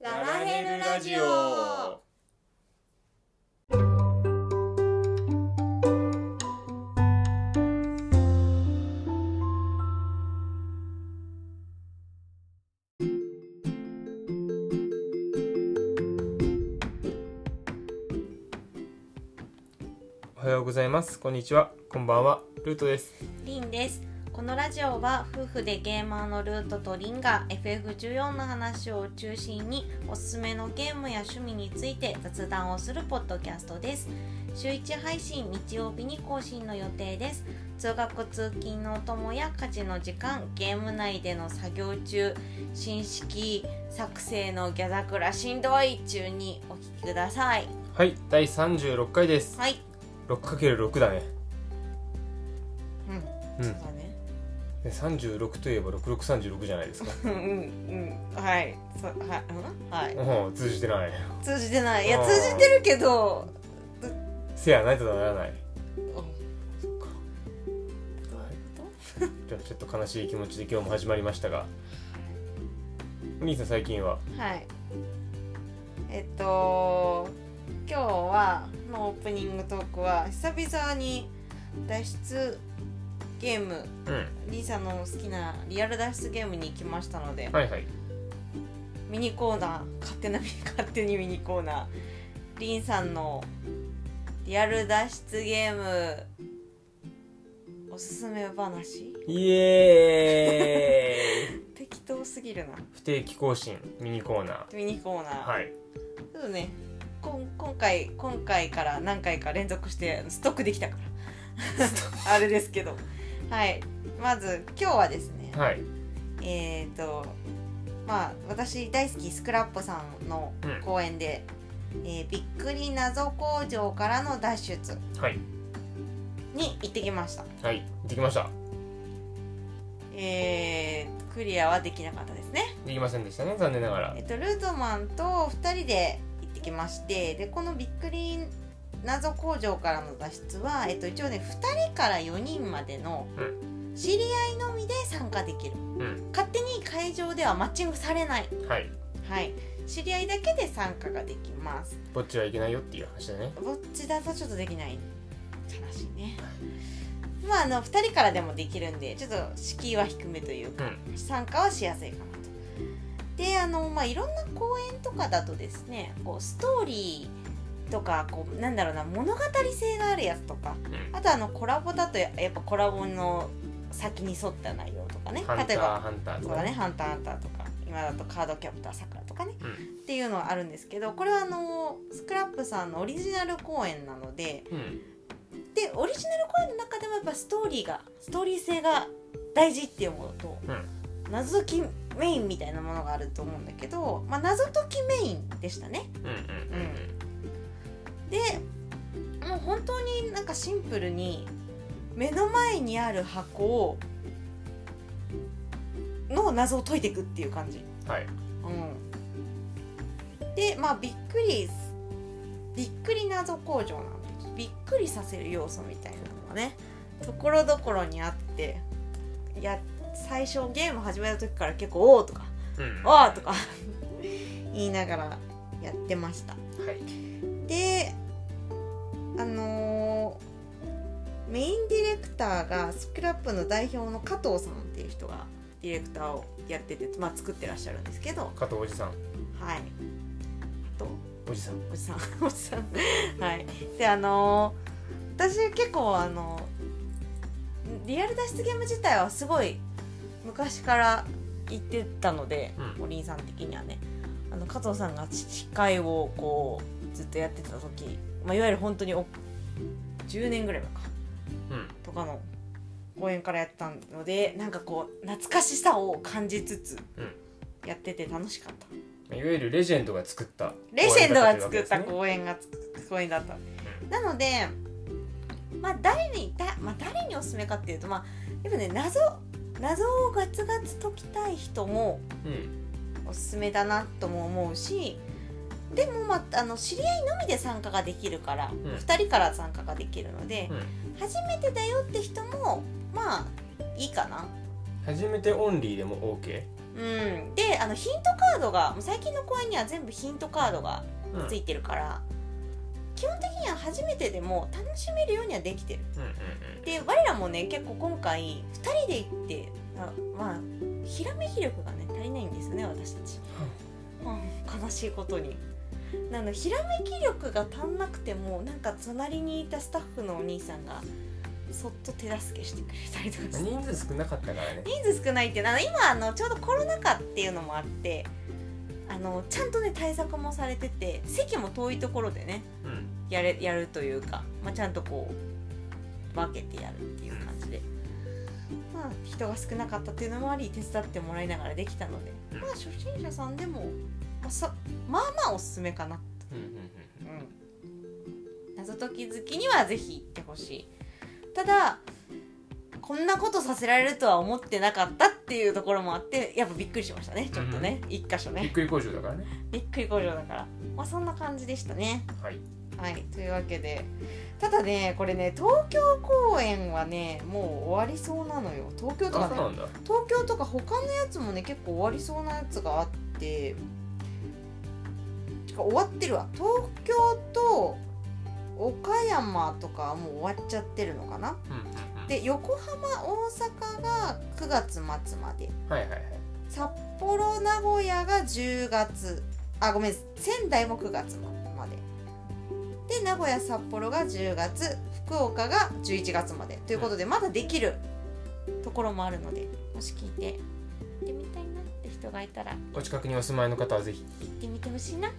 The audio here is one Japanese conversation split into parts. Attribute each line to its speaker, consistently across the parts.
Speaker 1: ネルラジオ
Speaker 2: おはようございますこんにちはこんばんはルートです
Speaker 1: リンですこのラジオは夫婦でゲーマーのルートとリンが FF14 の話を中心におすすめのゲームや趣味について雑談をするポッドキャストです週1配信日曜日に更新の予定です通学通勤のお供や家事の時間ゲーム内での作業中新式作成のギャザクラしんどい中にお聞きください
Speaker 2: はい第36回です
Speaker 1: はい
Speaker 2: 6×6 だね
Speaker 1: うん、
Speaker 2: うん
Speaker 1: そうだね
Speaker 2: で36といえば6636じゃないですか
Speaker 1: うんうんうんはいそはい、うん、はい
Speaker 2: うん通じてない
Speaker 1: 通じてないいや
Speaker 2: あー
Speaker 1: 通じてるけど
Speaker 2: せやないとならない
Speaker 1: うん
Speaker 2: そっかはい
Speaker 1: どう
Speaker 2: じゃあちょっと悲しい気持ちで今日も始まりましたがお兄さん最近は
Speaker 1: はいえっと今日はのオープニングトークは久々に脱出ゲーム
Speaker 2: うん
Speaker 1: リーさんの好きなリアル脱出ゲームに行きましたので、
Speaker 2: はいはい
Speaker 1: ミニコーナー勝手なミニ勝手にミニコーナーリンさんのリアル脱出ゲームおすすめ話
Speaker 2: イエーイ
Speaker 1: 適当すぎるな
Speaker 2: 不定期更新ミニコーナ
Speaker 1: ミニコーナー、
Speaker 2: ーはい
Speaker 1: ちょっとねこん今回今回から何回か連続してストックできたからあれですけどはいまず今日はですね
Speaker 2: はい
Speaker 1: えっ、とまあ私大好きスクラップさんの
Speaker 2: うん
Speaker 1: 公演で、えーびっくり謎工場からの脱出
Speaker 2: はい
Speaker 1: に行ってきました
Speaker 2: はい行ってきました
Speaker 1: えー、クリアはできなかったですね
Speaker 2: できませんでしたね残念ながら
Speaker 1: えっと、ルートマンと2人で行ってきましてでこのびっくり謎工場からの脱出は、えっと、一応ね2人から4人までの
Speaker 2: う
Speaker 1: 知り合いのみで参加できる、
Speaker 2: ん
Speaker 1: 勝手に会場ではマッチングされない、
Speaker 2: はい
Speaker 1: はい、知り合いだけで参加ができます
Speaker 2: ぼっちはいけないよっていう話だね
Speaker 1: ぼっちだとちょっとできない悲しいねまああの2人からでもできるんでちょっと敷居は低めというか、参加はしやすいかなとであの、まあ、いろんな公演とかだとですねこうストーリーとかこうなんだろうな物語性があるやつとか
Speaker 2: うん
Speaker 1: あとあのコラボだとややっぱコラボの先に沿った内容とかね
Speaker 2: ハンタ
Speaker 1: 例えば
Speaker 2: ーハンターと
Speaker 1: そう
Speaker 2: か
Speaker 1: だね「ハンターハンター」とか今だと「カードキャプターさくら」とかね、
Speaker 2: うん
Speaker 1: っていうのはあるんですけどこれはあのスクラップさんのオリジナル公演なので
Speaker 2: うん
Speaker 1: でオリジナル公演の中でもやっぱストーリーがストーリー性が大事っていうものと、謎解きメインみたいなものがあると思うんだけど、まあ、謎解きメインでしたね。
Speaker 2: うんうん
Speaker 1: でもう本当になんかシンプルに目の前にある箱をの謎を解いていくっていう感じ。
Speaker 2: うんはい
Speaker 1: うん、でまあびっくりびっくり謎工場なんでびっくりさせる要素みたいなのがねところどころにあっていや最初ゲーム始めた時から結構「おー」とか
Speaker 2: うん
Speaker 1: 「おー」とか 言いながらやってました
Speaker 2: はい
Speaker 1: であのーメインディレクターがスクラップの代表の加藤さんっていう人がディレクターをやってて、まあ、作ってらっしゃるんですけど
Speaker 2: 加藤おじさん
Speaker 1: はい。あと
Speaker 2: おじさん
Speaker 1: おじさんおじさんはい。であのー私結構あのーリアル脱出ゲーム自体はすごい昔から言ってたので、
Speaker 2: うん
Speaker 1: おりんさん的にはねあの加藤さんが司会をこうずっとやってた時、まあ、いわゆる本当にお10年ぐらい前か
Speaker 2: うん
Speaker 1: とかの公演からやったのでなんかこう懐かしさを感じつつ
Speaker 2: うん
Speaker 1: やってて楽しかった。
Speaker 2: いわゆるレジェンドが作った
Speaker 1: レジェンドが作
Speaker 2: 終わり方というわけ
Speaker 1: っ
Speaker 2: です
Speaker 1: た
Speaker 2: ね
Speaker 1: 公演がつ公演だったなのでまあ誰にだ、まあ、誰におすすめかっていうとまあやっぱね謎謎をガツガツ解きたい人も
Speaker 2: うん
Speaker 1: おすすめだなとも思うしでも、まあ、あの知り合いのみで参加ができるから、
Speaker 2: ん
Speaker 1: 2人から参加ができるので、
Speaker 2: うん
Speaker 1: 初めてだよって人もまあいいかな
Speaker 2: 初めてオンリーでも OK
Speaker 1: うん、であのヒントカードがもう最近の公演には全部ヒントカードが
Speaker 2: うん
Speaker 1: ついてるから、基本的には初めてでも楽しめるようにはできてる
Speaker 2: うんうん
Speaker 1: で我らもね結構今回2人で行ってあまあひらめき力がね足りないんですね私たち、うん悲しいことになのひらめき力が足んなくてもなんか隣にいたスタッフのお兄さんがそっと手助けしてくれたりとかして
Speaker 2: うん人数少なかったからね
Speaker 1: 人数少ないっていうのはあの今あのちょうどコロナ禍っていうのもあってあのちゃんとね対策もされてて席も遠いところでね
Speaker 2: うん
Speaker 1: やれやるというか、まあ、ちゃんとこう分けてやるっていう感じで、まあ、人が少なかったっていうのもあり手伝ってもらいながらできたので、
Speaker 2: うん
Speaker 1: まあ、初心者さんでも、まあ、さまあまあおすすめかな、
Speaker 2: うんうん
Speaker 1: うん、謎解き好きにはぜひ行ってほしいただこんなことさせられるとは思ってなかったっていうところもあってやっぱびっくりしましたねちょっとね、一箇所
Speaker 2: うんびっ
Speaker 1: ね
Speaker 2: くり工場だからね
Speaker 1: びっくり工場だから、まあ、そんな感じでしたね
Speaker 2: はい
Speaker 1: はい、というわけでただねこれね東京公演はねもう終わりそうなのよ東京
Speaker 2: あ
Speaker 1: とか
Speaker 2: そう
Speaker 1: ね
Speaker 2: なんだ
Speaker 1: 東京とか他のやつもね結構終わりそうなやつがあっててか終わってるわ東京と岡山とかはもう終わっちゃってるのかな
Speaker 2: うんうんうん
Speaker 1: で横浜大阪が9月末まで
Speaker 2: はいはいはい
Speaker 1: 札幌名古屋が10月あごめん仙台も9月までで名古屋札幌が10月福岡が11月までということでまだできるところもあるのでもし聞いて行ってみたいなって人がいたら
Speaker 2: お近くにお住まいの方はぜひ
Speaker 1: 行ってみてほしいな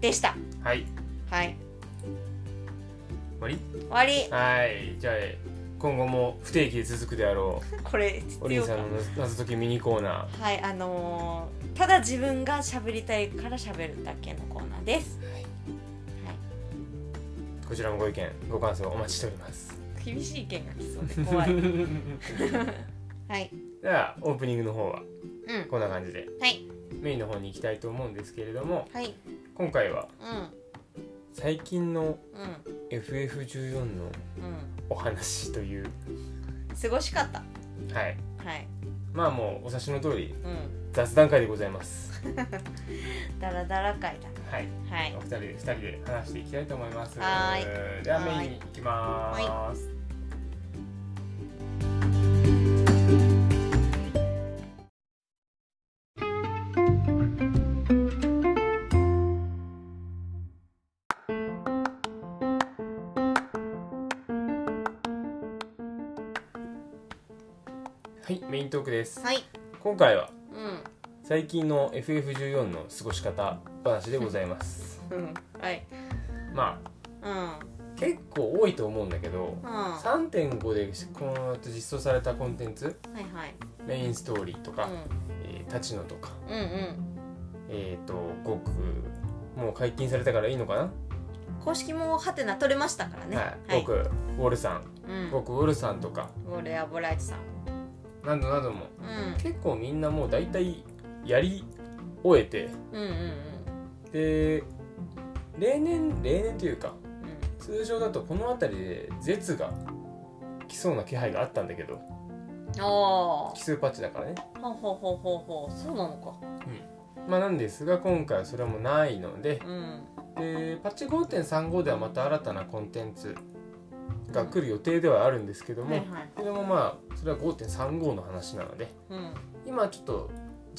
Speaker 1: でした
Speaker 2: はい
Speaker 1: はい
Speaker 2: 終わり
Speaker 1: 終わり
Speaker 2: はいじゃあ今後も不定期で続くであろ
Speaker 1: これ
Speaker 2: う
Speaker 1: 必
Speaker 2: おりん
Speaker 1: 要
Speaker 2: さ
Speaker 1: か
Speaker 2: んの謎解きミニコーナ
Speaker 1: はいあのーただ自分が喋りたいから喋るだけのコーナーです
Speaker 2: ーこちらもご意見ご感想お待ちしております
Speaker 1: 厳しい意見が来そうで怖 いはい
Speaker 2: じゃあオープニングの方は
Speaker 1: うん
Speaker 2: こんな感じで
Speaker 1: はい
Speaker 2: メインの方に行きたいと思うんですけれども
Speaker 1: はい
Speaker 2: 今回は
Speaker 1: う
Speaker 2: 最近の
Speaker 1: ん
Speaker 2: FF14 の
Speaker 1: うん
Speaker 2: お話という
Speaker 1: うん過ごしかった
Speaker 2: はい
Speaker 1: はい
Speaker 2: まあもうお察しの通り
Speaker 1: うん
Speaker 2: 雑談会でございます
Speaker 1: ダラダラ会だ
Speaker 2: はい
Speaker 1: はい
Speaker 2: お二人で二人で話していきたいと思います
Speaker 1: は
Speaker 2: じゃあメインに行きますはい、メイントークです
Speaker 1: はい
Speaker 2: 今回は
Speaker 1: うん
Speaker 2: 最近の FF14 の過ごし方話でございます
Speaker 1: うんはい
Speaker 2: ま
Speaker 1: うん
Speaker 2: あ結構多いと思うんだけど
Speaker 1: うんは
Speaker 2: 3.5でこの後実装されたコンテンツ
Speaker 1: いはい
Speaker 2: メインストーリーとか、
Speaker 1: う
Speaker 2: えー立ちのとか
Speaker 1: んうんうん
Speaker 2: えっ、とごくもう解禁されたからいいのかな、
Speaker 1: 公式もハテナ取れましたからね
Speaker 2: はい、ごくウォルさん
Speaker 1: うん
Speaker 2: ごくウォルさんとか
Speaker 1: ゴレアボライチさん
Speaker 2: などなども
Speaker 1: うん
Speaker 2: 結構みんなもう大体やり終えて
Speaker 1: うんうん
Speaker 2: で例年例年というか
Speaker 1: うんうん
Speaker 2: 通常だとこの辺りで絶が来そうな気配があったんだけど
Speaker 1: あ
Speaker 2: 奇数パッチだからね
Speaker 1: あほうほうほうほうほうそうなのか
Speaker 2: まあなんですが今回はそれもないので
Speaker 1: うん
Speaker 2: でパッチ5.35ではまた新たなコンテンツが来る予定ではあるんですけども、
Speaker 1: はいはい
Speaker 2: それもまあそれは5.35の話なので
Speaker 1: うん
Speaker 2: 今ちょっと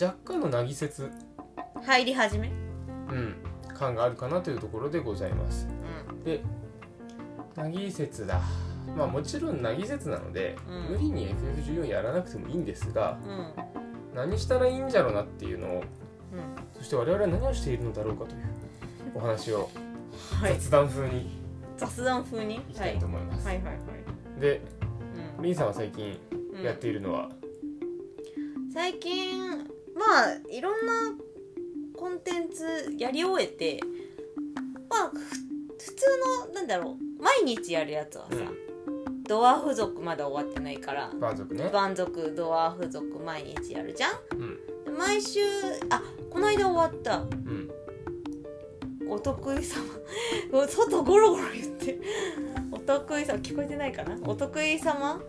Speaker 2: 若干のなぎ説、
Speaker 1: 入り始め
Speaker 2: うん、感があるかなというところでございます
Speaker 1: うん
Speaker 2: でなぎ説だまあもちろんなぎ説なので、
Speaker 1: うん
Speaker 2: 無理に FF14 やらなくてもいいんですが
Speaker 1: うん
Speaker 2: 何したらいいんじゃろうなっていうのを
Speaker 1: うん
Speaker 2: そして我々は何をしているのだろうかというお話を
Speaker 1: はい
Speaker 2: 雑談風に
Speaker 1: 雑談風に
Speaker 2: いきたいと思います、
Speaker 1: はいはいはい
Speaker 2: で
Speaker 1: うん
Speaker 2: リンさんは最近やっているのは、
Speaker 1: 最近まあいろんなコンテンツやり終えてまあふ普通のなんだろう毎日やるやつはさ、ドア付属まだ終わってないから
Speaker 2: バー族ね
Speaker 1: 満足ドア付属毎日やるじゃん
Speaker 2: うん
Speaker 1: で毎週あこの間終わった
Speaker 2: うん
Speaker 1: お得意様外ゴロゴロ言ってお得意様聞こえてないかなお得意様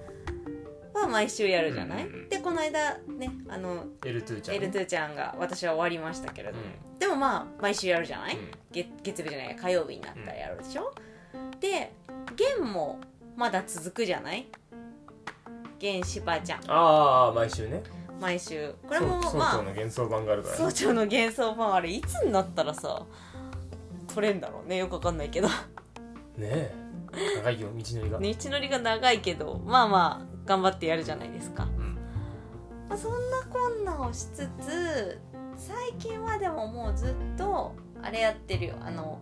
Speaker 1: は毎週やるじゃない、
Speaker 2: うんうんうん
Speaker 1: でこの間ねあの
Speaker 2: L2 ちゃん、ね、
Speaker 1: L2 ちゃんが私は終わりましたけれ
Speaker 2: う
Speaker 1: ど
Speaker 2: ん
Speaker 1: も、でもまあ毎週やるじゃない、
Speaker 2: うん
Speaker 1: 月月曜日じゃない火曜日になったらやるでしょ、で弦もまだ続くじゃない弦しばちゃん
Speaker 2: ああ毎週ね
Speaker 1: 毎週こ
Speaker 2: こ
Speaker 1: れも
Speaker 2: 総
Speaker 1: ま
Speaker 2: 長
Speaker 1: あ
Speaker 2: の幻想版があるからね、
Speaker 1: 総長の幻想版あれいつになったらさ取れんだろうねよくわかんないけど
Speaker 2: ねえ長いよ道のりが、
Speaker 1: 道のりが長いけどまあまあ頑張ってやるじゃないですか、
Speaker 2: うん
Speaker 1: まあ、そんなこんなをしつつ最近はでももうずっとあれやってるよあの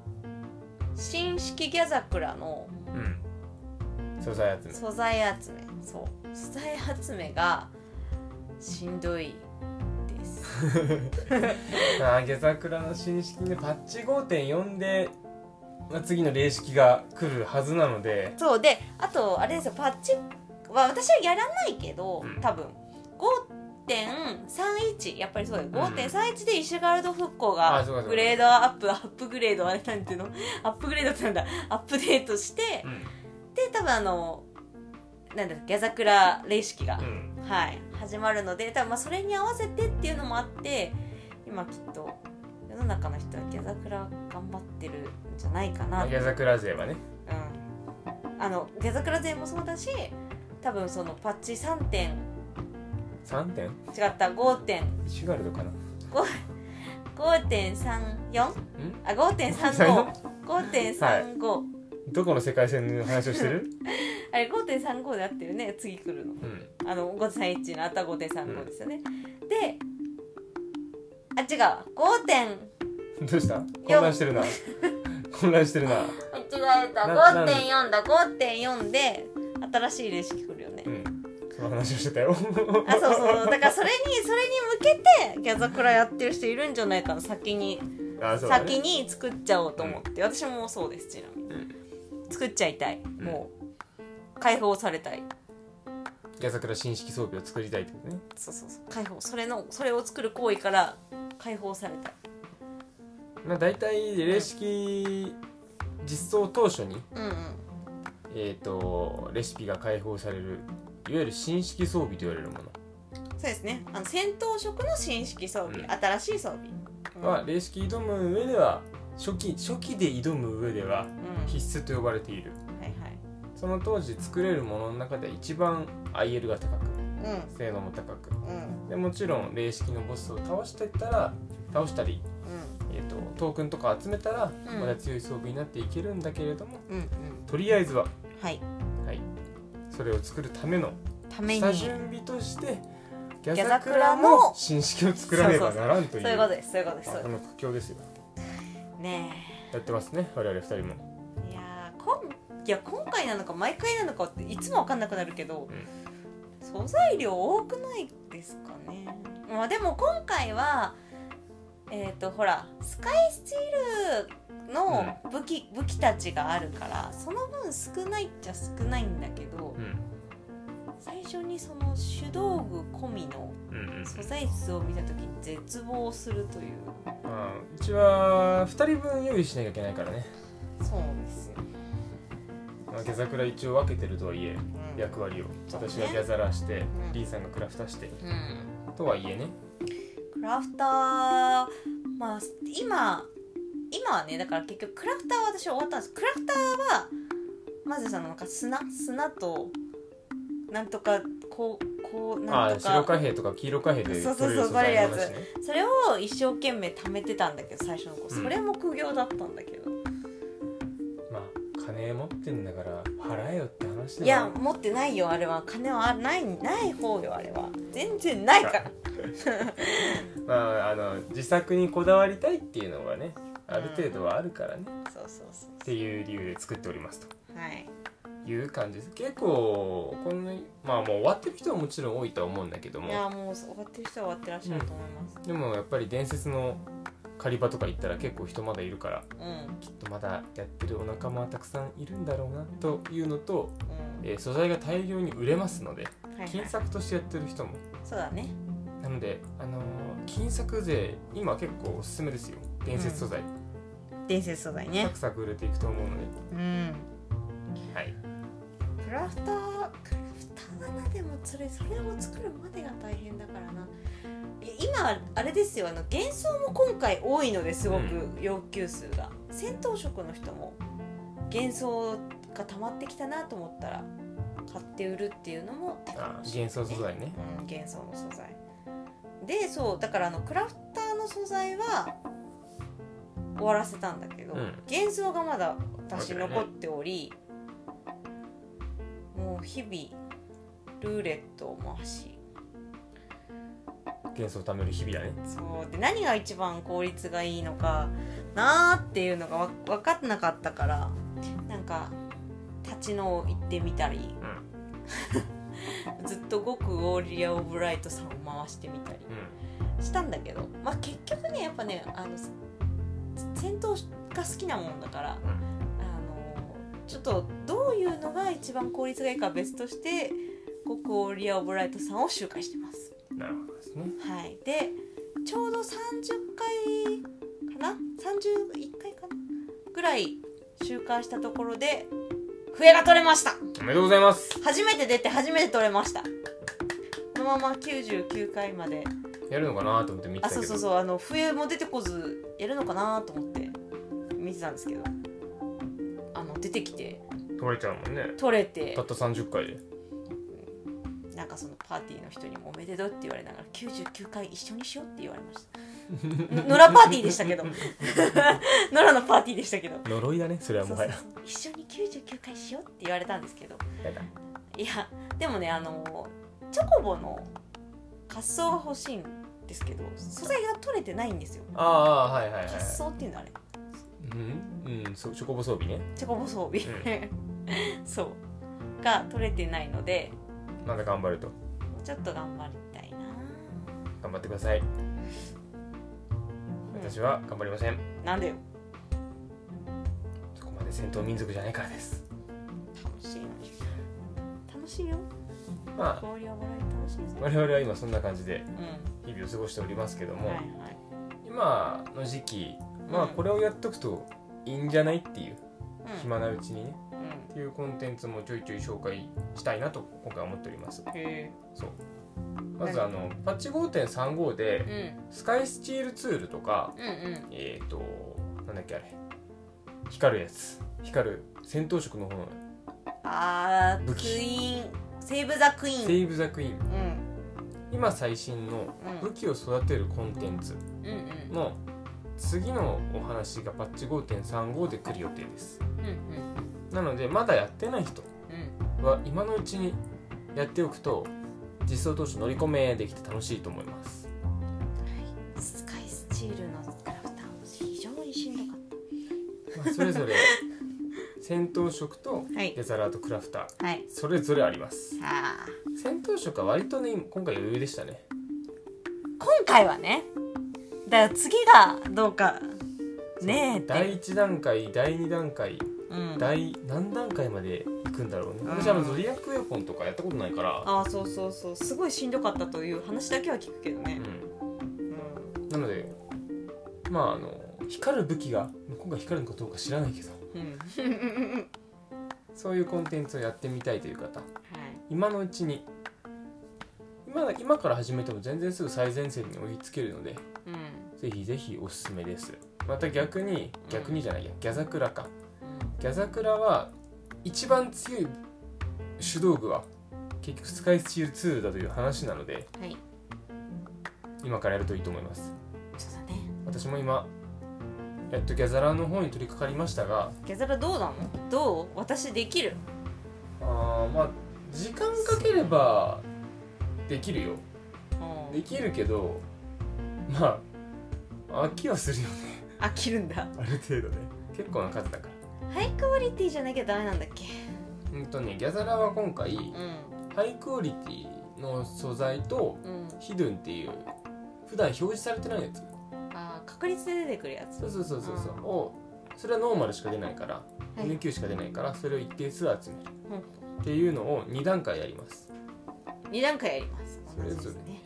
Speaker 1: 新式ギャザクラの
Speaker 2: うん素材集め
Speaker 1: 素材集めそう素材集めがしんどいです
Speaker 2: ああ下桜の新式でパッチ5.4で、まあ、次の霊式が来るはずなので
Speaker 1: そうであとあれですよパッチは私はやらないけど
Speaker 2: うん
Speaker 1: 多分5.31やっぱりそうだよ
Speaker 2: ん
Speaker 1: 5.31でイシュガルド復興
Speaker 2: あ
Speaker 1: が
Speaker 2: そうかそうか
Speaker 1: グレードアップアップグレードあれなんていうのアップグレードってなんだアップデートして
Speaker 2: うん
Speaker 1: で多分あのなんだギャザクラ霊式が
Speaker 2: うん
Speaker 1: はい、始まるので多分まあそれに合わせてっていうのもあって今きっと世の中の人はギャザクラ頑張ってるんじゃないかな、うん、
Speaker 2: 下桜勢はね
Speaker 1: あのギャザクラ勢もそうだし多分そのパッチ3点
Speaker 2: 3点
Speaker 1: 違った5点
Speaker 2: シュガルドかな
Speaker 1: 5.34
Speaker 2: ん
Speaker 1: あ5.35 5.35、
Speaker 2: どこの世界線の話をしてる
Speaker 1: あれ5.35で合ってるね次来るの
Speaker 2: うん
Speaker 1: あの5.31のあった5.35ですよね、であ違う5点
Speaker 2: どうした混乱してるな混乱してるな
Speaker 1: 間違えた
Speaker 2: ななん
Speaker 1: 5.4だ5.4で新しいレシピ来るよね、
Speaker 2: うんその話をしてたよ
Speaker 1: あそうそうそうだからそれにそれに向けてギャザクラやってる人いるんじゃないかな先に、
Speaker 2: あそうだね
Speaker 1: 先に作っちゃおうと思って、私もそうですちなみに、作っちゃいたいもう、解放されたい
Speaker 2: 矢桜新式装備を作りたいってことね
Speaker 1: そうそうそう解放それのそれを作る行為から解放されたい
Speaker 2: まあ大体霊式実装当初に、
Speaker 1: うんうん
Speaker 2: えー、とレシピが解放されるいわゆる新式装備と言われるも
Speaker 1: そうですねあの戦闘色の新式装備、
Speaker 2: うん
Speaker 1: 新しい装備、うん
Speaker 2: のは霊式挑む上では初期初期で挑む上では
Speaker 1: うん
Speaker 2: 必須と呼ばれている
Speaker 1: はい
Speaker 2: その当時作れるものの中では一番 IL が高く
Speaker 1: はい
Speaker 2: 性能も高く
Speaker 1: うんうん
Speaker 2: でもちろん霊式のボスを倒してったら倒したり、えー、とトークンとか集めたら
Speaker 1: うん
Speaker 2: まだ強い装備になっていけるんだけれども、
Speaker 1: うんうん
Speaker 2: とりあえずは、
Speaker 1: はい
Speaker 2: はい、それを作るための
Speaker 1: ために
Speaker 2: 下準備としてギャザクラの新式を作らねばならんという
Speaker 1: そういうことですそういうことですそういう
Speaker 2: あ
Speaker 1: こ
Speaker 2: の苦境ですよ
Speaker 1: とね
Speaker 2: やってますね我々二人も
Speaker 1: えいやーこんいや今回なのか毎回なのかっていつも分かんなくなるけど、
Speaker 2: うん
Speaker 1: 素材量多くないですかねまあでも今回はえっ、とほらスカイスチールの武器、武器たちがあるからその分少ないっちゃ少ないんだけど、
Speaker 2: うん
Speaker 1: 最初にその手道具込みの
Speaker 2: うんうん
Speaker 1: 素材数を見た時に絶望するという
Speaker 2: まあうちは二人分用意しなきゃいけないからね、
Speaker 1: そうですよ、
Speaker 2: まあ、ギャザクラ一応分けてるとはいえ
Speaker 1: うん、
Speaker 2: 役割を
Speaker 1: そうね
Speaker 2: 私がギャザラして、
Speaker 1: ん
Speaker 2: リーさんがクラフタして
Speaker 1: うん
Speaker 2: とはいえね
Speaker 1: クラフターまあ今今はねだから結局クラフターは私は終わったんですクラフターはまずそのなんか砂砂となんとかこうこう
Speaker 2: あ
Speaker 1: なん
Speaker 2: あ
Speaker 1: と
Speaker 2: 白
Speaker 1: か
Speaker 2: 貨幣とか黄色貨幣で
Speaker 1: そうそうそう
Speaker 2: 取れる素
Speaker 1: バレる
Speaker 2: 材
Speaker 1: や
Speaker 2: の
Speaker 1: つ
Speaker 2: 話ね
Speaker 1: それを一生懸命貯めてたんだけど最初の頃
Speaker 2: うん
Speaker 1: それも苦行だったんだけど、
Speaker 2: まあ金持ってんだから払えよって話だよ
Speaker 1: いや持ってないよあれは金はあないない方よあれは全然ないから
Speaker 2: まああの自作にこだわりたいっていうのはねある程度はあるからね、
Speaker 1: そうそうそ
Speaker 2: っていう理由で作っておりますと
Speaker 1: うはい
Speaker 2: いう感じです結構このまあもう終わってる人はもちろん多いとは思うんだけど
Speaker 1: い
Speaker 2: も
Speaker 1: やもう終わってる人は終わってらっしゃると思います
Speaker 2: でもやっぱり伝説の狩り場とか行ったら結構人まだいるから
Speaker 1: うんうん
Speaker 2: きっとまだやってるお仲間はたくさんいるんだろうなというのと、えー素材が大量に売れますので
Speaker 1: はい、はい、
Speaker 2: 金作としてやってる人も
Speaker 1: そうだね
Speaker 2: なのであのー金作勢今結構おすすめですよ伝説素材、
Speaker 1: 伝説素材ね
Speaker 2: サクサク売れていくと思うので
Speaker 1: うん
Speaker 2: はい
Speaker 1: クラフタークラフター7でもそれそれを作るまでが大変だからないや今あれですよあの幻想も今回多いのですごく要求数が、戦闘職の人も幻想が溜まってきたなと思ったら買って売るっていうのも手か
Speaker 2: あ
Speaker 1: もしれない
Speaker 2: 幻想素材ね
Speaker 1: うん、幻想の素材でそうだからあのクラフターの素材は終わらせたんだけど、
Speaker 2: うん
Speaker 1: 幻想がまだ私
Speaker 2: まだね
Speaker 1: 残っており、もう日々ルーレットを回し
Speaker 2: 幻想を貯める日々だね
Speaker 1: そうで何が一番効率がいいのかなーっていうのがわ分かんなかったからなんか立ちの行ってみたり
Speaker 2: う ん
Speaker 1: ずっとごくオーリア・オブライトさんを回してみたりしたんだけど、まあ、結局ねやっぱねあのせ戦闘が好きなもんだから、
Speaker 2: うん
Speaker 1: あのちょっとどういうのが一番効率がいいかは別として国王リア・オブライトさんを周回してます。
Speaker 2: うんなるほどですね
Speaker 1: はい、でちょうど30回かな31回かなぐらい周回したところで笛が取れました
Speaker 2: おめでとうございます
Speaker 1: 初めて出て初めて取れましたこのまま99回まで
Speaker 2: やるのかなと思って見てた
Speaker 1: あ
Speaker 2: け
Speaker 1: そ
Speaker 2: ど
Speaker 1: うそうそうあの冬も出てこずやるのかなと思って見てたんですけどあの出てきて
Speaker 2: 取れちゃうもんね
Speaker 1: 取れて
Speaker 2: たった30回で
Speaker 1: なんかそのパーティーの人にも「おめでとう」って言われながら「99回一緒にしよう」って言われましたの野良パーティーでしたけ ど野良のパーティーでしたけど
Speaker 2: 呪いだねそれは
Speaker 1: そ
Speaker 2: も
Speaker 1: うそ
Speaker 2: は
Speaker 1: う
Speaker 2: や
Speaker 1: そう一緒に99回しようって言われたんですけど
Speaker 2: やだ
Speaker 1: いやでもねあのチョコボの滑走が欲しいんですけど素材が取れてないんですよ
Speaker 2: ああああはいはいはい
Speaker 1: 滑走っていうのあれ
Speaker 2: うんうんそうチョコボ装備ね
Speaker 1: チョコボ装備、そうが取れてないので
Speaker 2: まだ頑張ると
Speaker 1: ちょっと頑張りたいな、
Speaker 2: 頑張ってください
Speaker 1: うん
Speaker 2: 私は頑張りません
Speaker 1: なんだよ
Speaker 2: そこまで戦闘民族じゃないからです
Speaker 1: 楽しいのに楽しいよ
Speaker 2: まあ
Speaker 1: 氷はもらえて楽しいぞ
Speaker 2: 我々は今そんな感じで
Speaker 1: う
Speaker 2: 日々を過ごしておりますけど
Speaker 1: ん
Speaker 2: も、
Speaker 1: はいはい
Speaker 2: 今の時期ま
Speaker 1: う
Speaker 2: あ
Speaker 1: ん
Speaker 2: これをやっとくといいんじゃないっていう、
Speaker 1: うん
Speaker 2: 暇なうちにね
Speaker 1: うん
Speaker 2: っていうコンテンツもちょいちょい紹介したいなと今回思っております
Speaker 1: へ
Speaker 2: そうまずあのパッチ5.35で、
Speaker 1: え
Speaker 2: スカイスチールツールとか
Speaker 1: うんうんうん
Speaker 2: えっ、ー、となんだっけあれ光るやつ光る戦闘色の方の
Speaker 1: あー
Speaker 2: 武
Speaker 1: ク
Speaker 2: 器
Speaker 1: イーンセーブ・ザ・クイ
Speaker 2: セ
Speaker 1: ーン
Speaker 2: イブ・ザ・クイーン
Speaker 1: うん
Speaker 2: 今最新の
Speaker 1: うん
Speaker 2: 武器を育てるコンテンツ
Speaker 1: うん
Speaker 2: の次のお話がパッチ5.35で来る予定です
Speaker 1: うんうん
Speaker 2: なのでまだやってない人
Speaker 1: うん
Speaker 2: は今のうちにやっておくと実装当初乗り込めできて楽しいと思います
Speaker 1: うんスカイスチールのクラフターも非常にしんどかっ
Speaker 2: まあそれ ぞれ戦闘色と
Speaker 1: たはい
Speaker 2: デザラートクラフター
Speaker 1: はい
Speaker 2: それぞれあります
Speaker 1: さあ
Speaker 2: 戦闘色は割とね今回余裕でしたね
Speaker 1: 今回はねだから次がどうかねえって
Speaker 2: 第1段階第2段階
Speaker 1: うん、
Speaker 2: 第何段階まで行くんだろうね
Speaker 1: ん
Speaker 2: 私あのゾディアックエアコンとかやったことないから
Speaker 1: ああそうそうそうすごいしんどかったという話だけは聞くけどね、
Speaker 2: うんなのでまああの光る武器が今回光るのかどうか知らないけど
Speaker 1: うんうん、はい
Speaker 2: そういうコンテンツをやってみたいという方今のうちに今今から始めても全然すぐ最前線に追いつけるので
Speaker 1: うん
Speaker 2: ぜひぜひおすすめですまた逆に
Speaker 1: ん
Speaker 2: 逆にじゃないやギャザクラかギャザクラは一番強い主道具は結局スカイスチール2だという話なので
Speaker 1: はい
Speaker 2: 今からやるといいと思います
Speaker 1: そうだね
Speaker 2: 私も今やっとギャザラの方に取り掛かりましたが
Speaker 1: ギャザラどうなのどう私できる
Speaker 2: あーまあ時間かければできるよできるけどまあ飽きはするよね
Speaker 1: 飽きるんだ
Speaker 2: ある程度ね結構な数だか
Speaker 1: ハイクオリティじゃなきゃダメなんだっけ
Speaker 2: らうんとねギャザラは今回
Speaker 1: うん
Speaker 2: ハイクオリティの素材と
Speaker 1: うん
Speaker 2: ヒドゥンっていう普段表示されてないやつ
Speaker 1: あー確率で出てくるやつ
Speaker 2: そうそうそうそうそう
Speaker 1: うん
Speaker 2: をそれはノーマルしか出ないから、
Speaker 1: はい
Speaker 2: NQ しか出ないからそれを一定数集める
Speaker 1: うん
Speaker 2: っていうのを2段階やります
Speaker 1: 2段階やります
Speaker 2: そ
Speaker 1: 同
Speaker 2: れ
Speaker 1: じ
Speaker 2: ぞれ
Speaker 1: ですね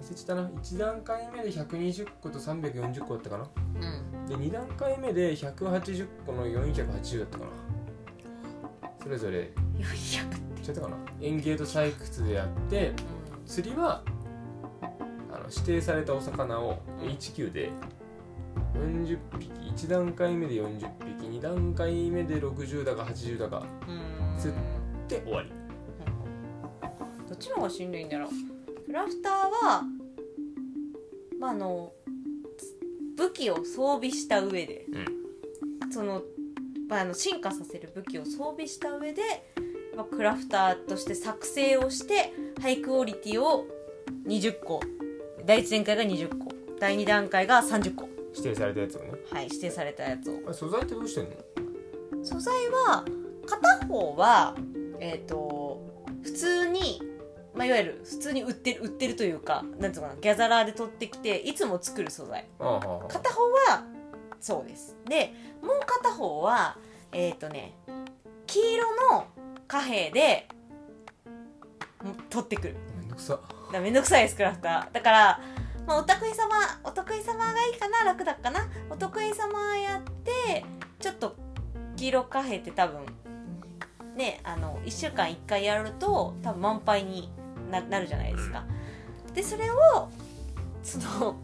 Speaker 2: 忘れちゃったな1段階目で120個と340個だったかな
Speaker 1: うん
Speaker 2: で2段階目で180個の480だったかなそれぞれ
Speaker 1: 400って
Speaker 2: 違ったかな園芸と採掘でやって釣りはあの指定されたお魚を HQ で40匹1段階目で40匹2段階目で60だか80だか
Speaker 1: うんうん
Speaker 2: 釣で終わり
Speaker 1: どっちの方がしんどいんだろうクラフターは、まあ、あのつ武器を装備した上で、その、まあ、あの進化させる武器を装備した上で、まあ、クラフターとして作成をしてハイクオリティを20個第1段階が20個第2段階が30個、
Speaker 2: 指定されたやつをね
Speaker 1: はい、指定されたやつを
Speaker 2: あれ素材ってどうしてんの
Speaker 1: 素材は片方はえっ、と普通に、まあ、いわゆる普通に売ってる売ってるというかなんつうのかなギャザラーで取ってきていつも作る素材
Speaker 2: ああはあはあ
Speaker 1: 片方はそうですでもう片方はえっ、とね黄色の貨幣でん取ってくる
Speaker 2: めんどくさ
Speaker 1: だからめんどくさいですクラフターだから、まあ、お得意様お得意様がいいかな楽だかなお得意様やってちょっと黄色貨幣って多分ねあの1週間1回やると多分満杯にななるじゃないですかでそれをその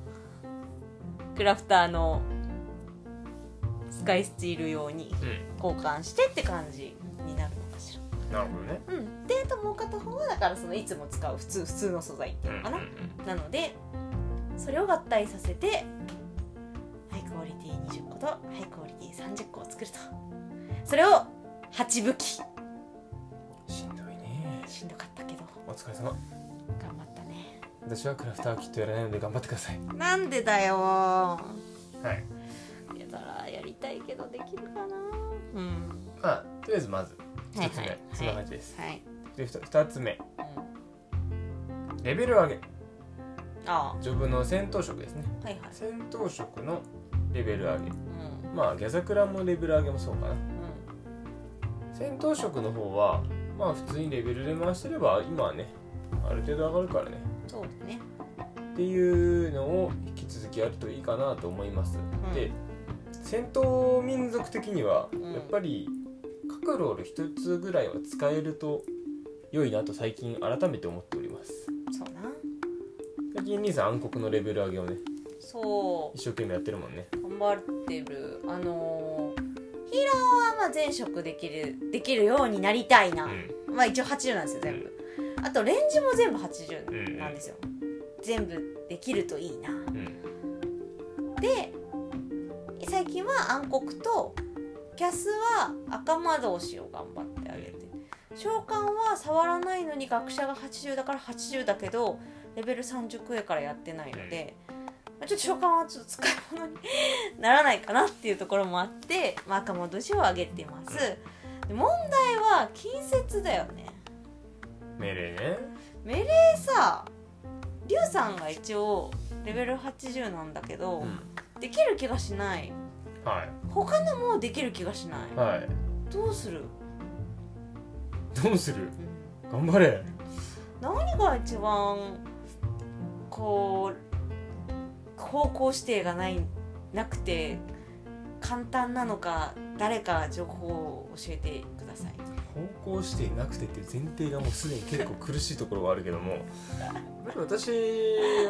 Speaker 1: クラフターのスカイスチール用に
Speaker 2: うん
Speaker 1: 交換してって感じになるのかしら
Speaker 2: なるほどね
Speaker 1: うん、でともう片方はだからそのいつも使う普通普通の素材っていうのかな、なのでそれを合体させてハイクオリティ20個とハイクオリティ30個を作るとそれを8武器
Speaker 2: しんどいね
Speaker 1: しんどかったけど
Speaker 2: お疲れ様
Speaker 1: 頑張ったね
Speaker 2: 私はクラフターきっとやらないので頑張ってください
Speaker 1: なんでだよ
Speaker 2: はい
Speaker 1: いやだからやりたいけどできるかなうん
Speaker 2: まあとりあえずまず
Speaker 1: はい
Speaker 2: 1つ目、
Speaker 1: はい
Speaker 2: そんな感じです、
Speaker 1: はい、
Speaker 2: で 2, つ目
Speaker 1: うん、
Speaker 2: レベル上げ
Speaker 1: あ
Speaker 2: ジョブの戦闘職ですね
Speaker 1: あはいはい
Speaker 2: 戦闘職のレベル上げ
Speaker 1: うん
Speaker 2: まあギャザクラのレベル上げもそうかな戦闘職の方はまあ普通にレベルで回してれば今はねある程度上がるからね
Speaker 1: うんそうだね
Speaker 2: っていうのを引き続きやるといいかなと思います、
Speaker 1: ん
Speaker 2: で戦闘民族的には
Speaker 1: うん
Speaker 2: やっぱり各ロール一つぐらいは使えると良いなと最近改めて思っております
Speaker 1: そうな
Speaker 2: 最近兄さん暗黒のレベル上げをね
Speaker 1: そう
Speaker 2: 一生懸命やってるもんね
Speaker 1: 頑張ってるあのーヒーラーはまあ全職できるできるようになりたいな、
Speaker 2: う
Speaker 1: まあ一応80なんですよ全部、あとレンジも全部80
Speaker 2: ん
Speaker 1: なんですよ、全部できるといいなん
Speaker 2: うん
Speaker 1: で最近は暗黒とキャスは赤魔導士を頑張ってあげて召喚は触らないのに学者が80だから80だけどレベル30上からやってないので、まあ、ちょっと召喚はちょっと使い物にならないかなっていうところもあって、まあ、赤魔導士を上げてますで問題は近接だよね
Speaker 2: 命令ね
Speaker 1: でさリュウさんが一応レベル80なんだけど、
Speaker 2: うん
Speaker 1: できる気がしない
Speaker 2: は
Speaker 1: 他のもできる気がしない
Speaker 2: いはい
Speaker 1: どうする
Speaker 2: どうする頑張れ
Speaker 1: 何が一番こう方向指定がないなくて簡単なのか誰か情報を教えてください
Speaker 2: 方向していなくてっていう前提がもうすでに結構苦しいところはあるけども私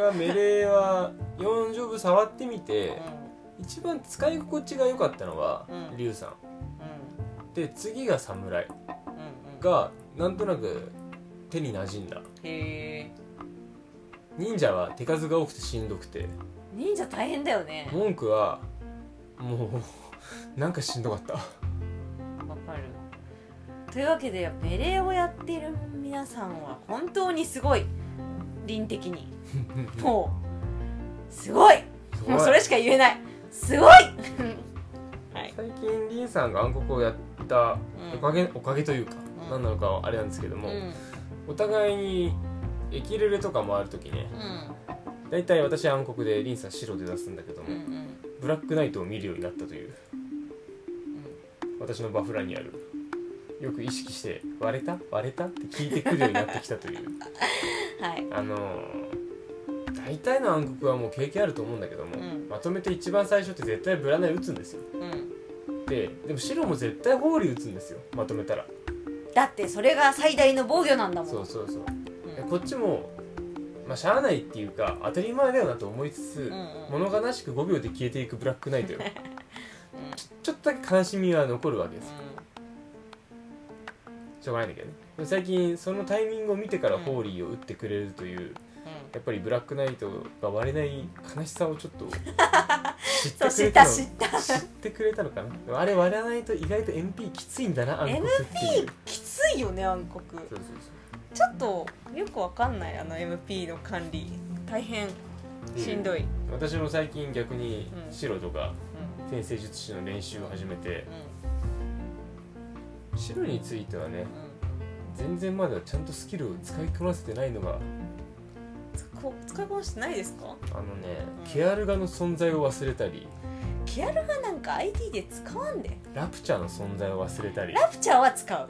Speaker 2: は命令は4ジョブ触ってみて一番使い心地が良かったのは
Speaker 1: うん
Speaker 2: リュウさ
Speaker 1: うん
Speaker 2: んで次が侍
Speaker 1: うんうんうん
Speaker 2: がなんとなく手に馴染んだ
Speaker 1: へえ
Speaker 2: 忍者は手数が多くてしんどくて
Speaker 1: 忍者大変だよね
Speaker 2: 文句はもうなんかしんどかった
Speaker 1: わかるというわけでメレーをやっている皆さんは本当にすごい倫的にもうすごい
Speaker 2: すご
Speaker 1: も
Speaker 2: いう
Speaker 1: それしか言えないすごいはい、
Speaker 2: 最近リンさんが暗黒をやったおかげ、おかげというか、
Speaker 1: うん
Speaker 2: 何なのかはあれなんですけど
Speaker 1: う
Speaker 2: も、
Speaker 1: んうん
Speaker 2: お互いに駅レレとかもある時ね大体私暗黒でリンさん白で出すんだけども、
Speaker 1: うんうん
Speaker 2: ブラックナイトを見るようになったという
Speaker 1: うん
Speaker 2: 私のバフラにあるよく意識して「割れた割れた?」って聞いてくるようになってきたという
Speaker 1: はい
Speaker 2: あのー大体の暗黒はもう経験あると思うんだけども、
Speaker 1: うん
Speaker 2: まとめて一番最初って絶対ブラナイ打つんですよ
Speaker 1: うん
Speaker 2: ででも白も絶対ホーリー打つんですよまとめたら
Speaker 1: だってそれが最大の防御なんだもん
Speaker 2: そうそうそう
Speaker 1: うん
Speaker 2: でこっちも、まあ、しゃあないっていうか当たり前だよなと思いつつ、
Speaker 1: うんうん
Speaker 2: 物悲しく5秒で消えていくブラック ナイトよ
Speaker 1: うん
Speaker 2: ちょっとだけ悲しみは残るわけです
Speaker 1: う
Speaker 2: しょうがないんだけどねでも最近そのタイミングを見てから
Speaker 1: うん
Speaker 2: ホーリーを打ってくれるという
Speaker 1: うん
Speaker 2: やっぱりブラックナイトが割れない悲しさをちょっと知って
Speaker 1: そう
Speaker 2: く
Speaker 1: 知
Speaker 2: れ
Speaker 1: ったた
Speaker 2: の
Speaker 1: 知った
Speaker 2: 知ってくれたのかなでもあれ割らないと意外と MP きついんだな暗黒っていう
Speaker 1: MP きついよね暗黒
Speaker 2: そうそう
Speaker 1: ちょっとよくわかんないあの MP の管理大変
Speaker 2: そう
Speaker 1: しんど
Speaker 2: い
Speaker 1: い、うん
Speaker 2: 私も最近逆に
Speaker 1: うん
Speaker 2: 白とか転生術師の練習を始めて
Speaker 1: う
Speaker 2: 白についてはね
Speaker 1: んうん
Speaker 2: 全然まだちゃんとスキルを使いこなせてないのが
Speaker 1: つこ使いこなしてないですか
Speaker 2: あのね
Speaker 1: うん
Speaker 2: ケアルガの存在を忘れたり
Speaker 1: ケアルがなんか IT で使わんで
Speaker 2: ラプチャーの存在を忘れたり
Speaker 1: ラプチャーは使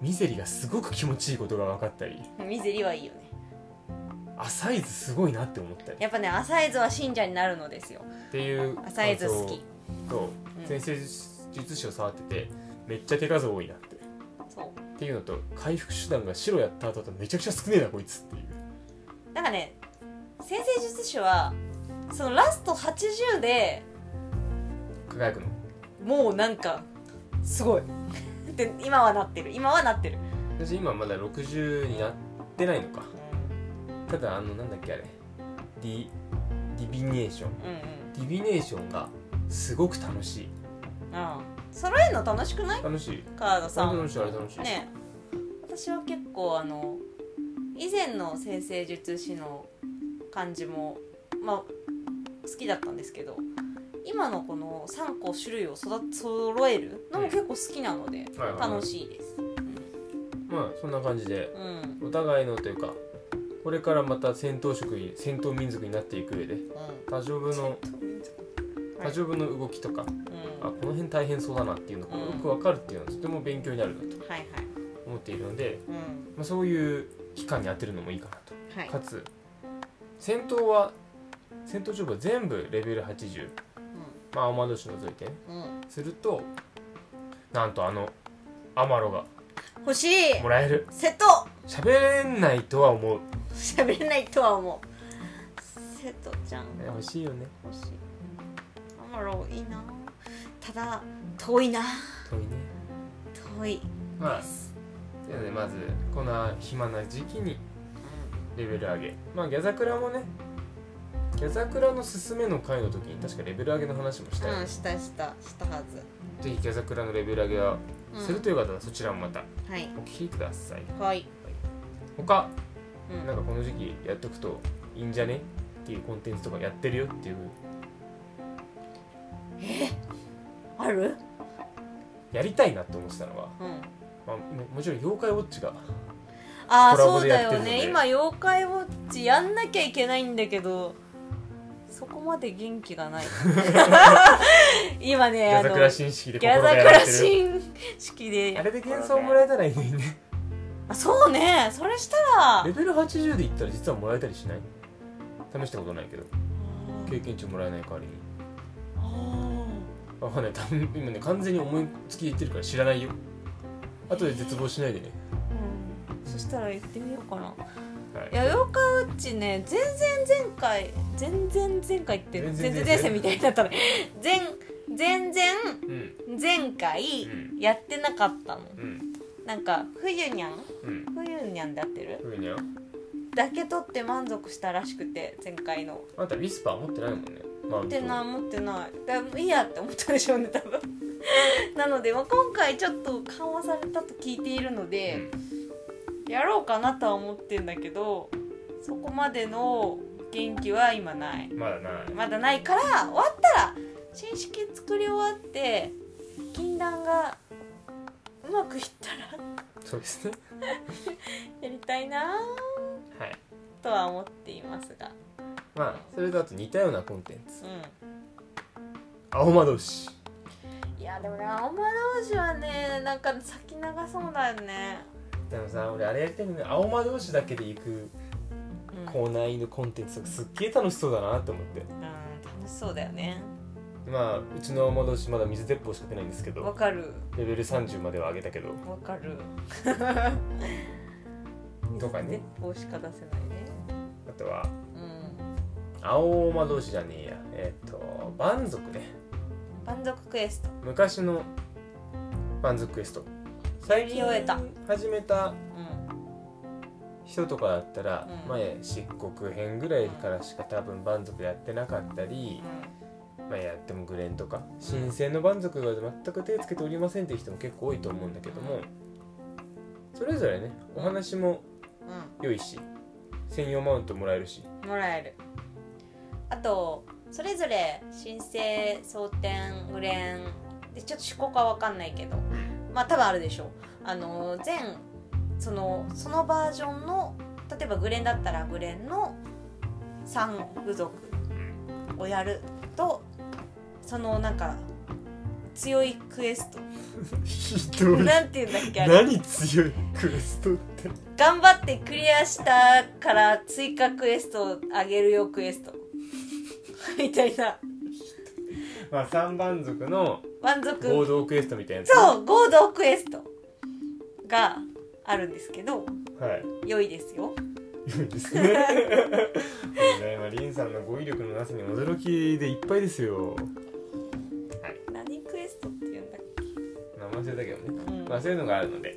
Speaker 2: ミゼリがすごく気持ちいいことが分かったり
Speaker 1: うミゼリはいいよね
Speaker 2: アサイズすごいなって思ったり
Speaker 1: やっぱねアサイズは信者になるのですよ
Speaker 2: っていう
Speaker 1: アサイズ好き
Speaker 2: そう
Speaker 1: うん
Speaker 2: 先生術師を触っててめっちゃ手数多いなって
Speaker 1: そう
Speaker 2: っていうのと回復手段が白やった後だとめちゃくちゃ少ねえなこいつっていう
Speaker 1: なんかね先生術師はそのラスト80で
Speaker 2: 輝くの
Speaker 1: もうなんかすごいって今はなってる今はなってる
Speaker 2: 私今まだ60になってないのかただあのなんだっけあれディディビネーション
Speaker 1: うんうん
Speaker 2: ディビネーションがすごく楽しい
Speaker 1: ああ揃えるの楽しくない
Speaker 2: 楽しい
Speaker 1: カードさ
Speaker 2: あれ
Speaker 1: ん
Speaker 2: 楽しいあれ楽しい、
Speaker 1: ね私は結構あの以前の先生術師の感じもまあ好きだったんですけど今のこの3個種類を育て揃えるのも結構好きなので
Speaker 2: はいはいはい
Speaker 1: 楽しいです、
Speaker 2: まあそんな感じで
Speaker 1: うんうん
Speaker 2: お互いのというかこれからまた戦闘職に戦闘民族になっていく上で多ジョブの
Speaker 1: はい
Speaker 2: 多ジョブの動きとか、
Speaker 1: うん
Speaker 2: あこの辺大変そうだなっていうのが
Speaker 1: うん
Speaker 2: よくわかるっていうのはとても勉強になるなと
Speaker 1: はいはい
Speaker 2: 思っているので、
Speaker 1: うん
Speaker 2: まあ、そういう期間に当てるのもいいかなと、
Speaker 1: はい
Speaker 2: かつ戦闘は戦闘ジョブは全部レベル80まあアマドシ除いてね
Speaker 1: うんうん
Speaker 2: するとなんとあのアマロが
Speaker 1: 欲しい
Speaker 2: もらえる
Speaker 1: 瀬戸
Speaker 2: 喋れないとは思う
Speaker 1: 喋れないとは思う瀬戸ちゃん
Speaker 2: ね欲しいよね
Speaker 1: 欲しいアマロいいなただ遠いな
Speaker 2: 遠いね
Speaker 1: 遠い
Speaker 2: ま
Speaker 1: で
Speaker 2: あ
Speaker 1: す、
Speaker 2: というのでまずこの暇な時期にレベル上げまあギャザクラもねギャザクラのすすめの回の時に確かレベル上げの話もしたよ、
Speaker 1: うん、したしたしたはず、
Speaker 2: ぜひギャザクラのレベル上げは
Speaker 1: うん、
Speaker 2: するという方はそちらもまた
Speaker 1: はい
Speaker 2: お聞きください
Speaker 1: はい、
Speaker 2: 他
Speaker 1: う
Speaker 2: なん
Speaker 1: ん、
Speaker 2: かこの時期やっとくといいんじゃねっていうコンテンツとかやってるよっていう
Speaker 1: ある
Speaker 2: やりたいなって思ってたのが、
Speaker 1: うん
Speaker 2: まあ、ももちろん妖怪ウォッチが
Speaker 1: ああ
Speaker 2: コラボ
Speaker 1: そう
Speaker 2: で
Speaker 1: だ
Speaker 2: や
Speaker 1: よ
Speaker 2: ってるので
Speaker 1: ね今妖怪ウォッチやんなきゃいけないんだけどそこまで元気がない 今
Speaker 2: ギ
Speaker 1: ね
Speaker 2: ャ
Speaker 1: あ
Speaker 2: ザ
Speaker 1: の
Speaker 2: クラ新式で
Speaker 1: ギ
Speaker 2: 心
Speaker 1: ャ
Speaker 2: が
Speaker 1: ザ
Speaker 2: や
Speaker 1: ク
Speaker 2: ら
Speaker 1: ラ
Speaker 2: れてる
Speaker 1: 新式で
Speaker 2: あれで幻想もら
Speaker 1: え
Speaker 2: えたらいいのにね
Speaker 1: あそうねそれしたら
Speaker 2: レベル80でいったら実はもらえたりしない試したことないけど
Speaker 1: あー
Speaker 2: 経験値もらえない代わりに
Speaker 1: あ
Speaker 2: わかんない多分今ね完全に思いつき言ってるから知らないよ後で絶望しないでね
Speaker 1: ーうんそしたら行ってみようかな
Speaker 2: はい
Speaker 1: いや妖怪ウォッチね全然前回全然前回って
Speaker 2: 全然
Speaker 1: 全
Speaker 2: 前
Speaker 1: 然
Speaker 2: 世
Speaker 1: 前世みたいになったね全全然
Speaker 2: うん
Speaker 1: 前回
Speaker 2: うん
Speaker 1: やってなかったの
Speaker 2: うん
Speaker 1: なんか冬にゃん
Speaker 2: うん
Speaker 1: 冬にゃんで合ってる
Speaker 2: ふうにゃ
Speaker 1: だけ取って満足したらしくて前回の
Speaker 2: あんたウィスパー持ってないもんねまあ
Speaker 1: 持ってない持ってないだいいやって思ったでしょうね多分 なので、まあ、今回ちょっと緩和されたと聞いているので、
Speaker 2: うん
Speaker 1: やろうかなとは思ってんだけどそこまでの元気は今ない
Speaker 2: まだない
Speaker 1: まだないから終わったら新式作り終わって禁断がうまくいったら
Speaker 2: そうですね
Speaker 1: やりたいな
Speaker 2: はい
Speaker 1: とは思っていますが
Speaker 2: まあそれとあと似たようなコンテンツ
Speaker 1: う
Speaker 2: 青魔同士
Speaker 1: んいやでもね青魔同士はねなんか先長そうだよね、
Speaker 2: でもさ俺あれやりたいのね青魔同士だけで行く
Speaker 1: うん、
Speaker 2: コーナーのコンテンツとかすっげえ楽しそうだなと思って
Speaker 1: うん楽しそうだよね
Speaker 2: まあうちの戻しまだ水鉄砲しか出ないんですけ
Speaker 1: わ
Speaker 2: ど
Speaker 1: かる
Speaker 2: レベル30までは上げたけど
Speaker 1: わかる
Speaker 2: とかね
Speaker 1: 水鉄砲しか出せないね
Speaker 2: あとは
Speaker 1: うん
Speaker 2: 青馬同士じゃねえやえっ、と蛮族ね
Speaker 1: 満足クエスト
Speaker 2: 昔の蛮族クエスト最近
Speaker 1: 見終えた
Speaker 2: 始めた
Speaker 1: うん
Speaker 2: 人とかだったら、
Speaker 1: うん
Speaker 2: 前漆黒編ぐらいからしか多分蛮族やってなかったり、まあ、やってもグレンとか新鮮の蛮族が全く手つけておりませんっていう人も結構多いと思うんだけどもそれぞれねお話も
Speaker 1: う
Speaker 2: 良いし専用マウントもらえるし
Speaker 1: んうんもらえるあとそれぞれ申請蒼天無連でちょっと思考は分かんないけどまあ多分あるでしょうあの全そのそのバージョンの例えばグレンだったらグレンの三部族をやるとそのなんか強いクエスト
Speaker 2: ひど
Speaker 1: なんていうんだっけあれ
Speaker 2: 何強いクエストって
Speaker 1: 頑張ってクリアしたから追加クエストをあげるよクエスト みたいな
Speaker 2: まあ三蛮族の
Speaker 1: 満
Speaker 2: 合
Speaker 1: 足
Speaker 2: 同クエストみたいなやつ
Speaker 1: そう合同クエストがあるんですけど
Speaker 2: はい
Speaker 1: 良いですよ
Speaker 2: 良いですね 今リンさんの語彙力のなさに驚きでいっぱいですよ
Speaker 1: 何クエストっていうんだっ
Speaker 2: 名前忘れたけどね、
Speaker 1: け、うん
Speaker 2: まあ、そういうのがあるので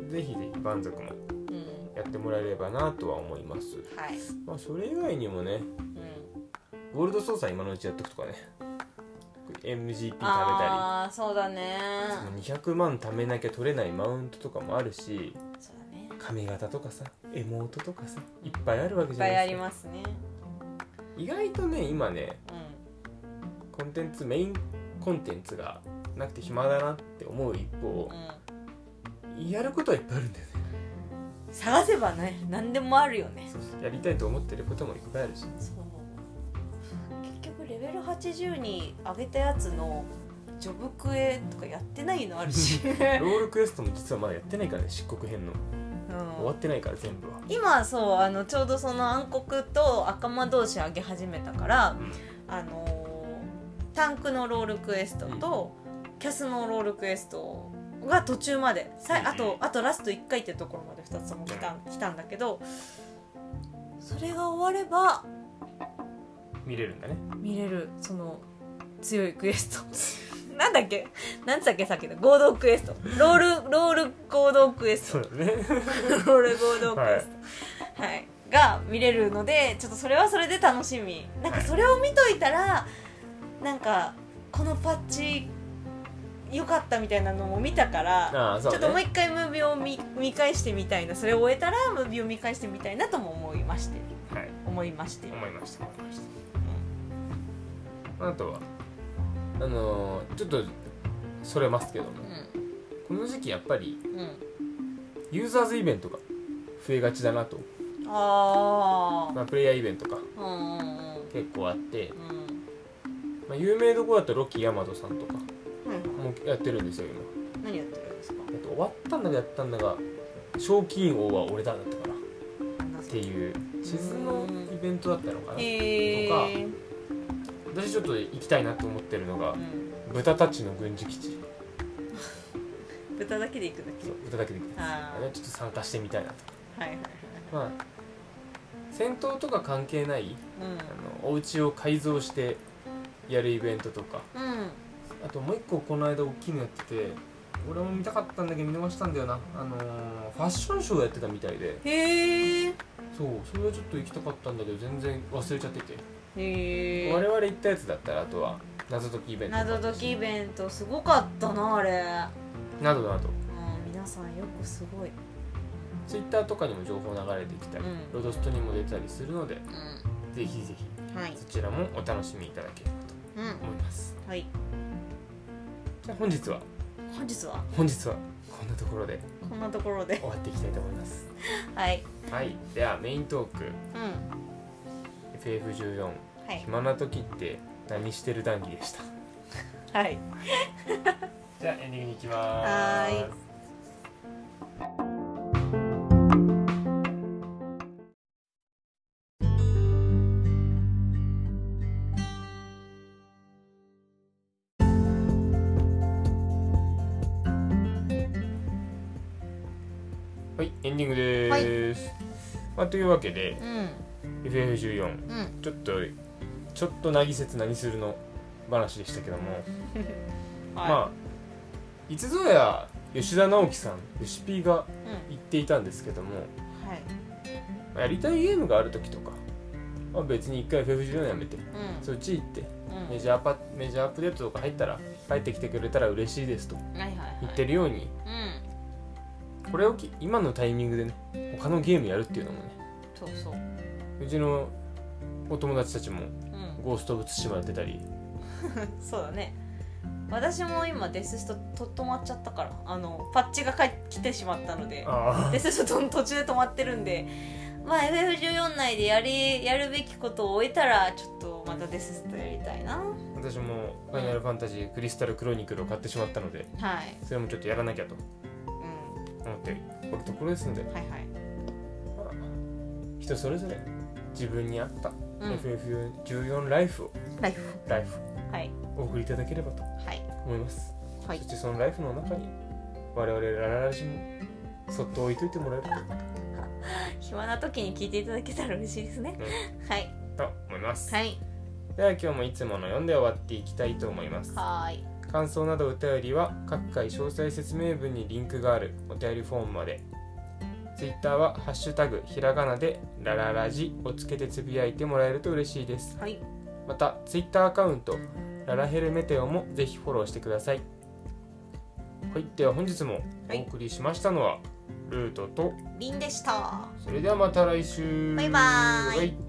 Speaker 1: うん
Speaker 2: ぜひぜひ蛮族も
Speaker 1: うん
Speaker 2: やってもらえればなとは思います
Speaker 1: はい、
Speaker 2: まあそれ以外にもね
Speaker 1: うん、
Speaker 2: ゴールド操作今のうちやっとくとかね MGP 貯めた
Speaker 1: ああそうだね
Speaker 2: りもう200万貯めなきゃ取れないマウントとかもあるし
Speaker 1: そうだね
Speaker 2: 髪型とかさエモートとかさいっぱいあるわけ
Speaker 1: いっ
Speaker 2: じゃ
Speaker 1: ぱ
Speaker 2: ない
Speaker 1: いあ
Speaker 2: です
Speaker 1: り
Speaker 2: か
Speaker 1: ますね
Speaker 2: 意外とね今ね
Speaker 1: う
Speaker 2: コンテンツメインコンテンツがなくて暇だなって思う一方
Speaker 1: ん、うん、
Speaker 2: やることはいっぱいあるんだよね
Speaker 1: 探せばね何でもあるよね
Speaker 2: やりたいと思ってることもいっぱいあ るし
Speaker 1: そう結局レベル80に上げたやつのジョブクエとかやってないのあるし、
Speaker 2: ロールクエストも実はまだやってないからね漆黒編の
Speaker 1: う
Speaker 2: 終わ
Speaker 1: ん
Speaker 2: ってないから全部は
Speaker 1: 今そうあのちょうどその暗黒と赤間同士上げ始めたから、あのータンクのロールクエストと、キャスのロールクエストが途中までさい
Speaker 2: うん
Speaker 1: あとあとラスト1回ってところまで2つとも来た来たんだけどそれが終われば
Speaker 2: 見れるんだね
Speaker 1: 見れるその強いクエスト なんだっけなんつったっけさっきの合同クエストロールロール合同クエス
Speaker 2: そうだね
Speaker 1: トロール合同クエストはい、が見れるのでちょっとそれはそれで楽しみなんかそれを見といたらなんかこのパッチ良かったみたいなのも見たから、
Speaker 2: ああそう
Speaker 1: ちょ
Speaker 2: ね
Speaker 1: っともう一回ムービーを見見返してみたいなそれを終えたらムービーを見返してみたいなとも思いまして
Speaker 2: はい
Speaker 1: 思いまして
Speaker 2: 思いました思いましたあとはあのーちょっとそれますけども
Speaker 1: う
Speaker 2: この時期やっぱり
Speaker 1: んうん
Speaker 2: ユーザーズイベントが増えがちだなと、
Speaker 1: ああ
Speaker 2: まあ、プレイヤーイベントか
Speaker 1: うんうんうん
Speaker 2: 結構あって、
Speaker 1: うん
Speaker 2: まあ、有名どころだとロッキーヤマトさんとか
Speaker 1: うん
Speaker 2: もやってるんですよ今
Speaker 1: 何やってるんですか
Speaker 2: えっと終わったんだかやったんだが賞金王は俺だだったかなっていう地図のイベントだったのかな
Speaker 1: へえー
Speaker 2: 私ちょっと行きたいなと思ってるのが
Speaker 1: うん、
Speaker 2: 豚たちの軍事基地
Speaker 1: 豚だけで行くんだっ
Speaker 2: そう豚だけで行きます
Speaker 1: あー
Speaker 2: あれはちょっと参加してみたいなと
Speaker 1: けはいはいはい
Speaker 2: まあ戦闘とか関係ない
Speaker 1: うん
Speaker 2: あのお家を改造してやるイベントとか
Speaker 1: うん
Speaker 2: あともう一個この間大きいのやってて俺も見たかったんだけど見逃したんだよなあのーファッションショーやってたみたいで
Speaker 1: へえ
Speaker 2: そうそれはちょっと行きたかったんだけど全然忘れちゃってて、
Speaker 1: へえ
Speaker 2: 我々行ったやつだったらあとは謎解きイベント
Speaker 1: 謎解きイベントすごかったなあれ
Speaker 2: などなど
Speaker 1: うん皆さんよくすごい
Speaker 2: ツイッターとかにも情報流れてきたり、
Speaker 1: うん
Speaker 2: ロドストにも出たりするので
Speaker 1: う
Speaker 2: ぜひぜひ
Speaker 1: んはい
Speaker 2: そちらもお楽しみいただければ
Speaker 1: う
Speaker 2: と
Speaker 1: ん
Speaker 2: 思います
Speaker 1: はい
Speaker 2: じゃあ本日は
Speaker 1: 本日は
Speaker 2: 本日はこんなところで
Speaker 1: こんなところで
Speaker 2: 終わっていきたいと思います
Speaker 1: はい
Speaker 2: はいではメイントーク
Speaker 1: うん
Speaker 2: FF14
Speaker 1: はい
Speaker 2: 暇な時って何してる談義でした
Speaker 1: はい
Speaker 2: じゃあエンディングに行きま
Speaker 1: は
Speaker 2: ー
Speaker 1: ー
Speaker 2: す
Speaker 1: い
Speaker 2: はいエンディングでーす、まあ、というわけで
Speaker 1: うん
Speaker 2: FF14
Speaker 1: うん
Speaker 2: ちょっとちょっとなぎせつ何するの話でしたけども、
Speaker 1: はい、
Speaker 2: まあいつぞや吉田直樹さん吉 P が
Speaker 1: うん
Speaker 2: 言っていたんですけども
Speaker 1: はい
Speaker 2: まあやりたいゲームがある時とか、まあ、別に一回 FF14 やめて
Speaker 1: うん
Speaker 2: そっち行って
Speaker 1: うん
Speaker 2: メジャーパメジャーアップデートとか入ったら帰ってきてくれたら嬉しいですと
Speaker 1: はいはいはい
Speaker 2: 言ってるように
Speaker 1: うん
Speaker 2: これをき今のタイミングでね他のゲームやるっていうのもね
Speaker 1: そうそう
Speaker 2: うちのお友達たちも
Speaker 1: う
Speaker 2: 「
Speaker 1: ん
Speaker 2: ゴースト・オブ・ツシマ」やってたり
Speaker 1: そうだね私も今デスストと止まっちゃったからあのパッチがか来てしまったので
Speaker 2: あ
Speaker 1: デスストの途中で止まってるんでまあ FF14 内でやりやるべきことを終えたらちょっとまたデスストやりたいなは
Speaker 2: 私も「ファイナルファンタジークリスタル・クロニクル」を買ってしまったので
Speaker 1: い、
Speaker 2: それもちょっとやらなきゃと
Speaker 1: うん、
Speaker 2: 思っておるところですので、ま
Speaker 1: はいはい
Speaker 2: あ、人それぞれ自分に合った
Speaker 1: うん
Speaker 2: FF14 ライフを
Speaker 1: ライフ
Speaker 2: ライフ
Speaker 1: はい
Speaker 2: をお送りいただければと
Speaker 1: はい
Speaker 2: 思います、
Speaker 1: はい
Speaker 2: そしてそのライフの中に我々ラララジもそっと置いといてもらえる
Speaker 1: 暇な時に聞いていただけたら嬉しいですね
Speaker 2: と、ね、
Speaker 1: はい
Speaker 2: と思います、
Speaker 1: はい
Speaker 2: では今日もいつもの読んで終わっていきたいと思います
Speaker 1: はーい
Speaker 2: 感想などお便りは各回詳細説明文にリンクがあるお便りフォームまで Twitter は「ハッシュタグひらがな」で「ラララジ」をつけてつぶやいてもらえると嬉しいです
Speaker 1: はい
Speaker 2: また Twitter アカウントララヘルメテオもぜひフォローしてくださいはいでは本日もお送りしましたのは、ルートと
Speaker 1: リンでした
Speaker 2: それではまた来週
Speaker 1: バイバーイ
Speaker 2: はい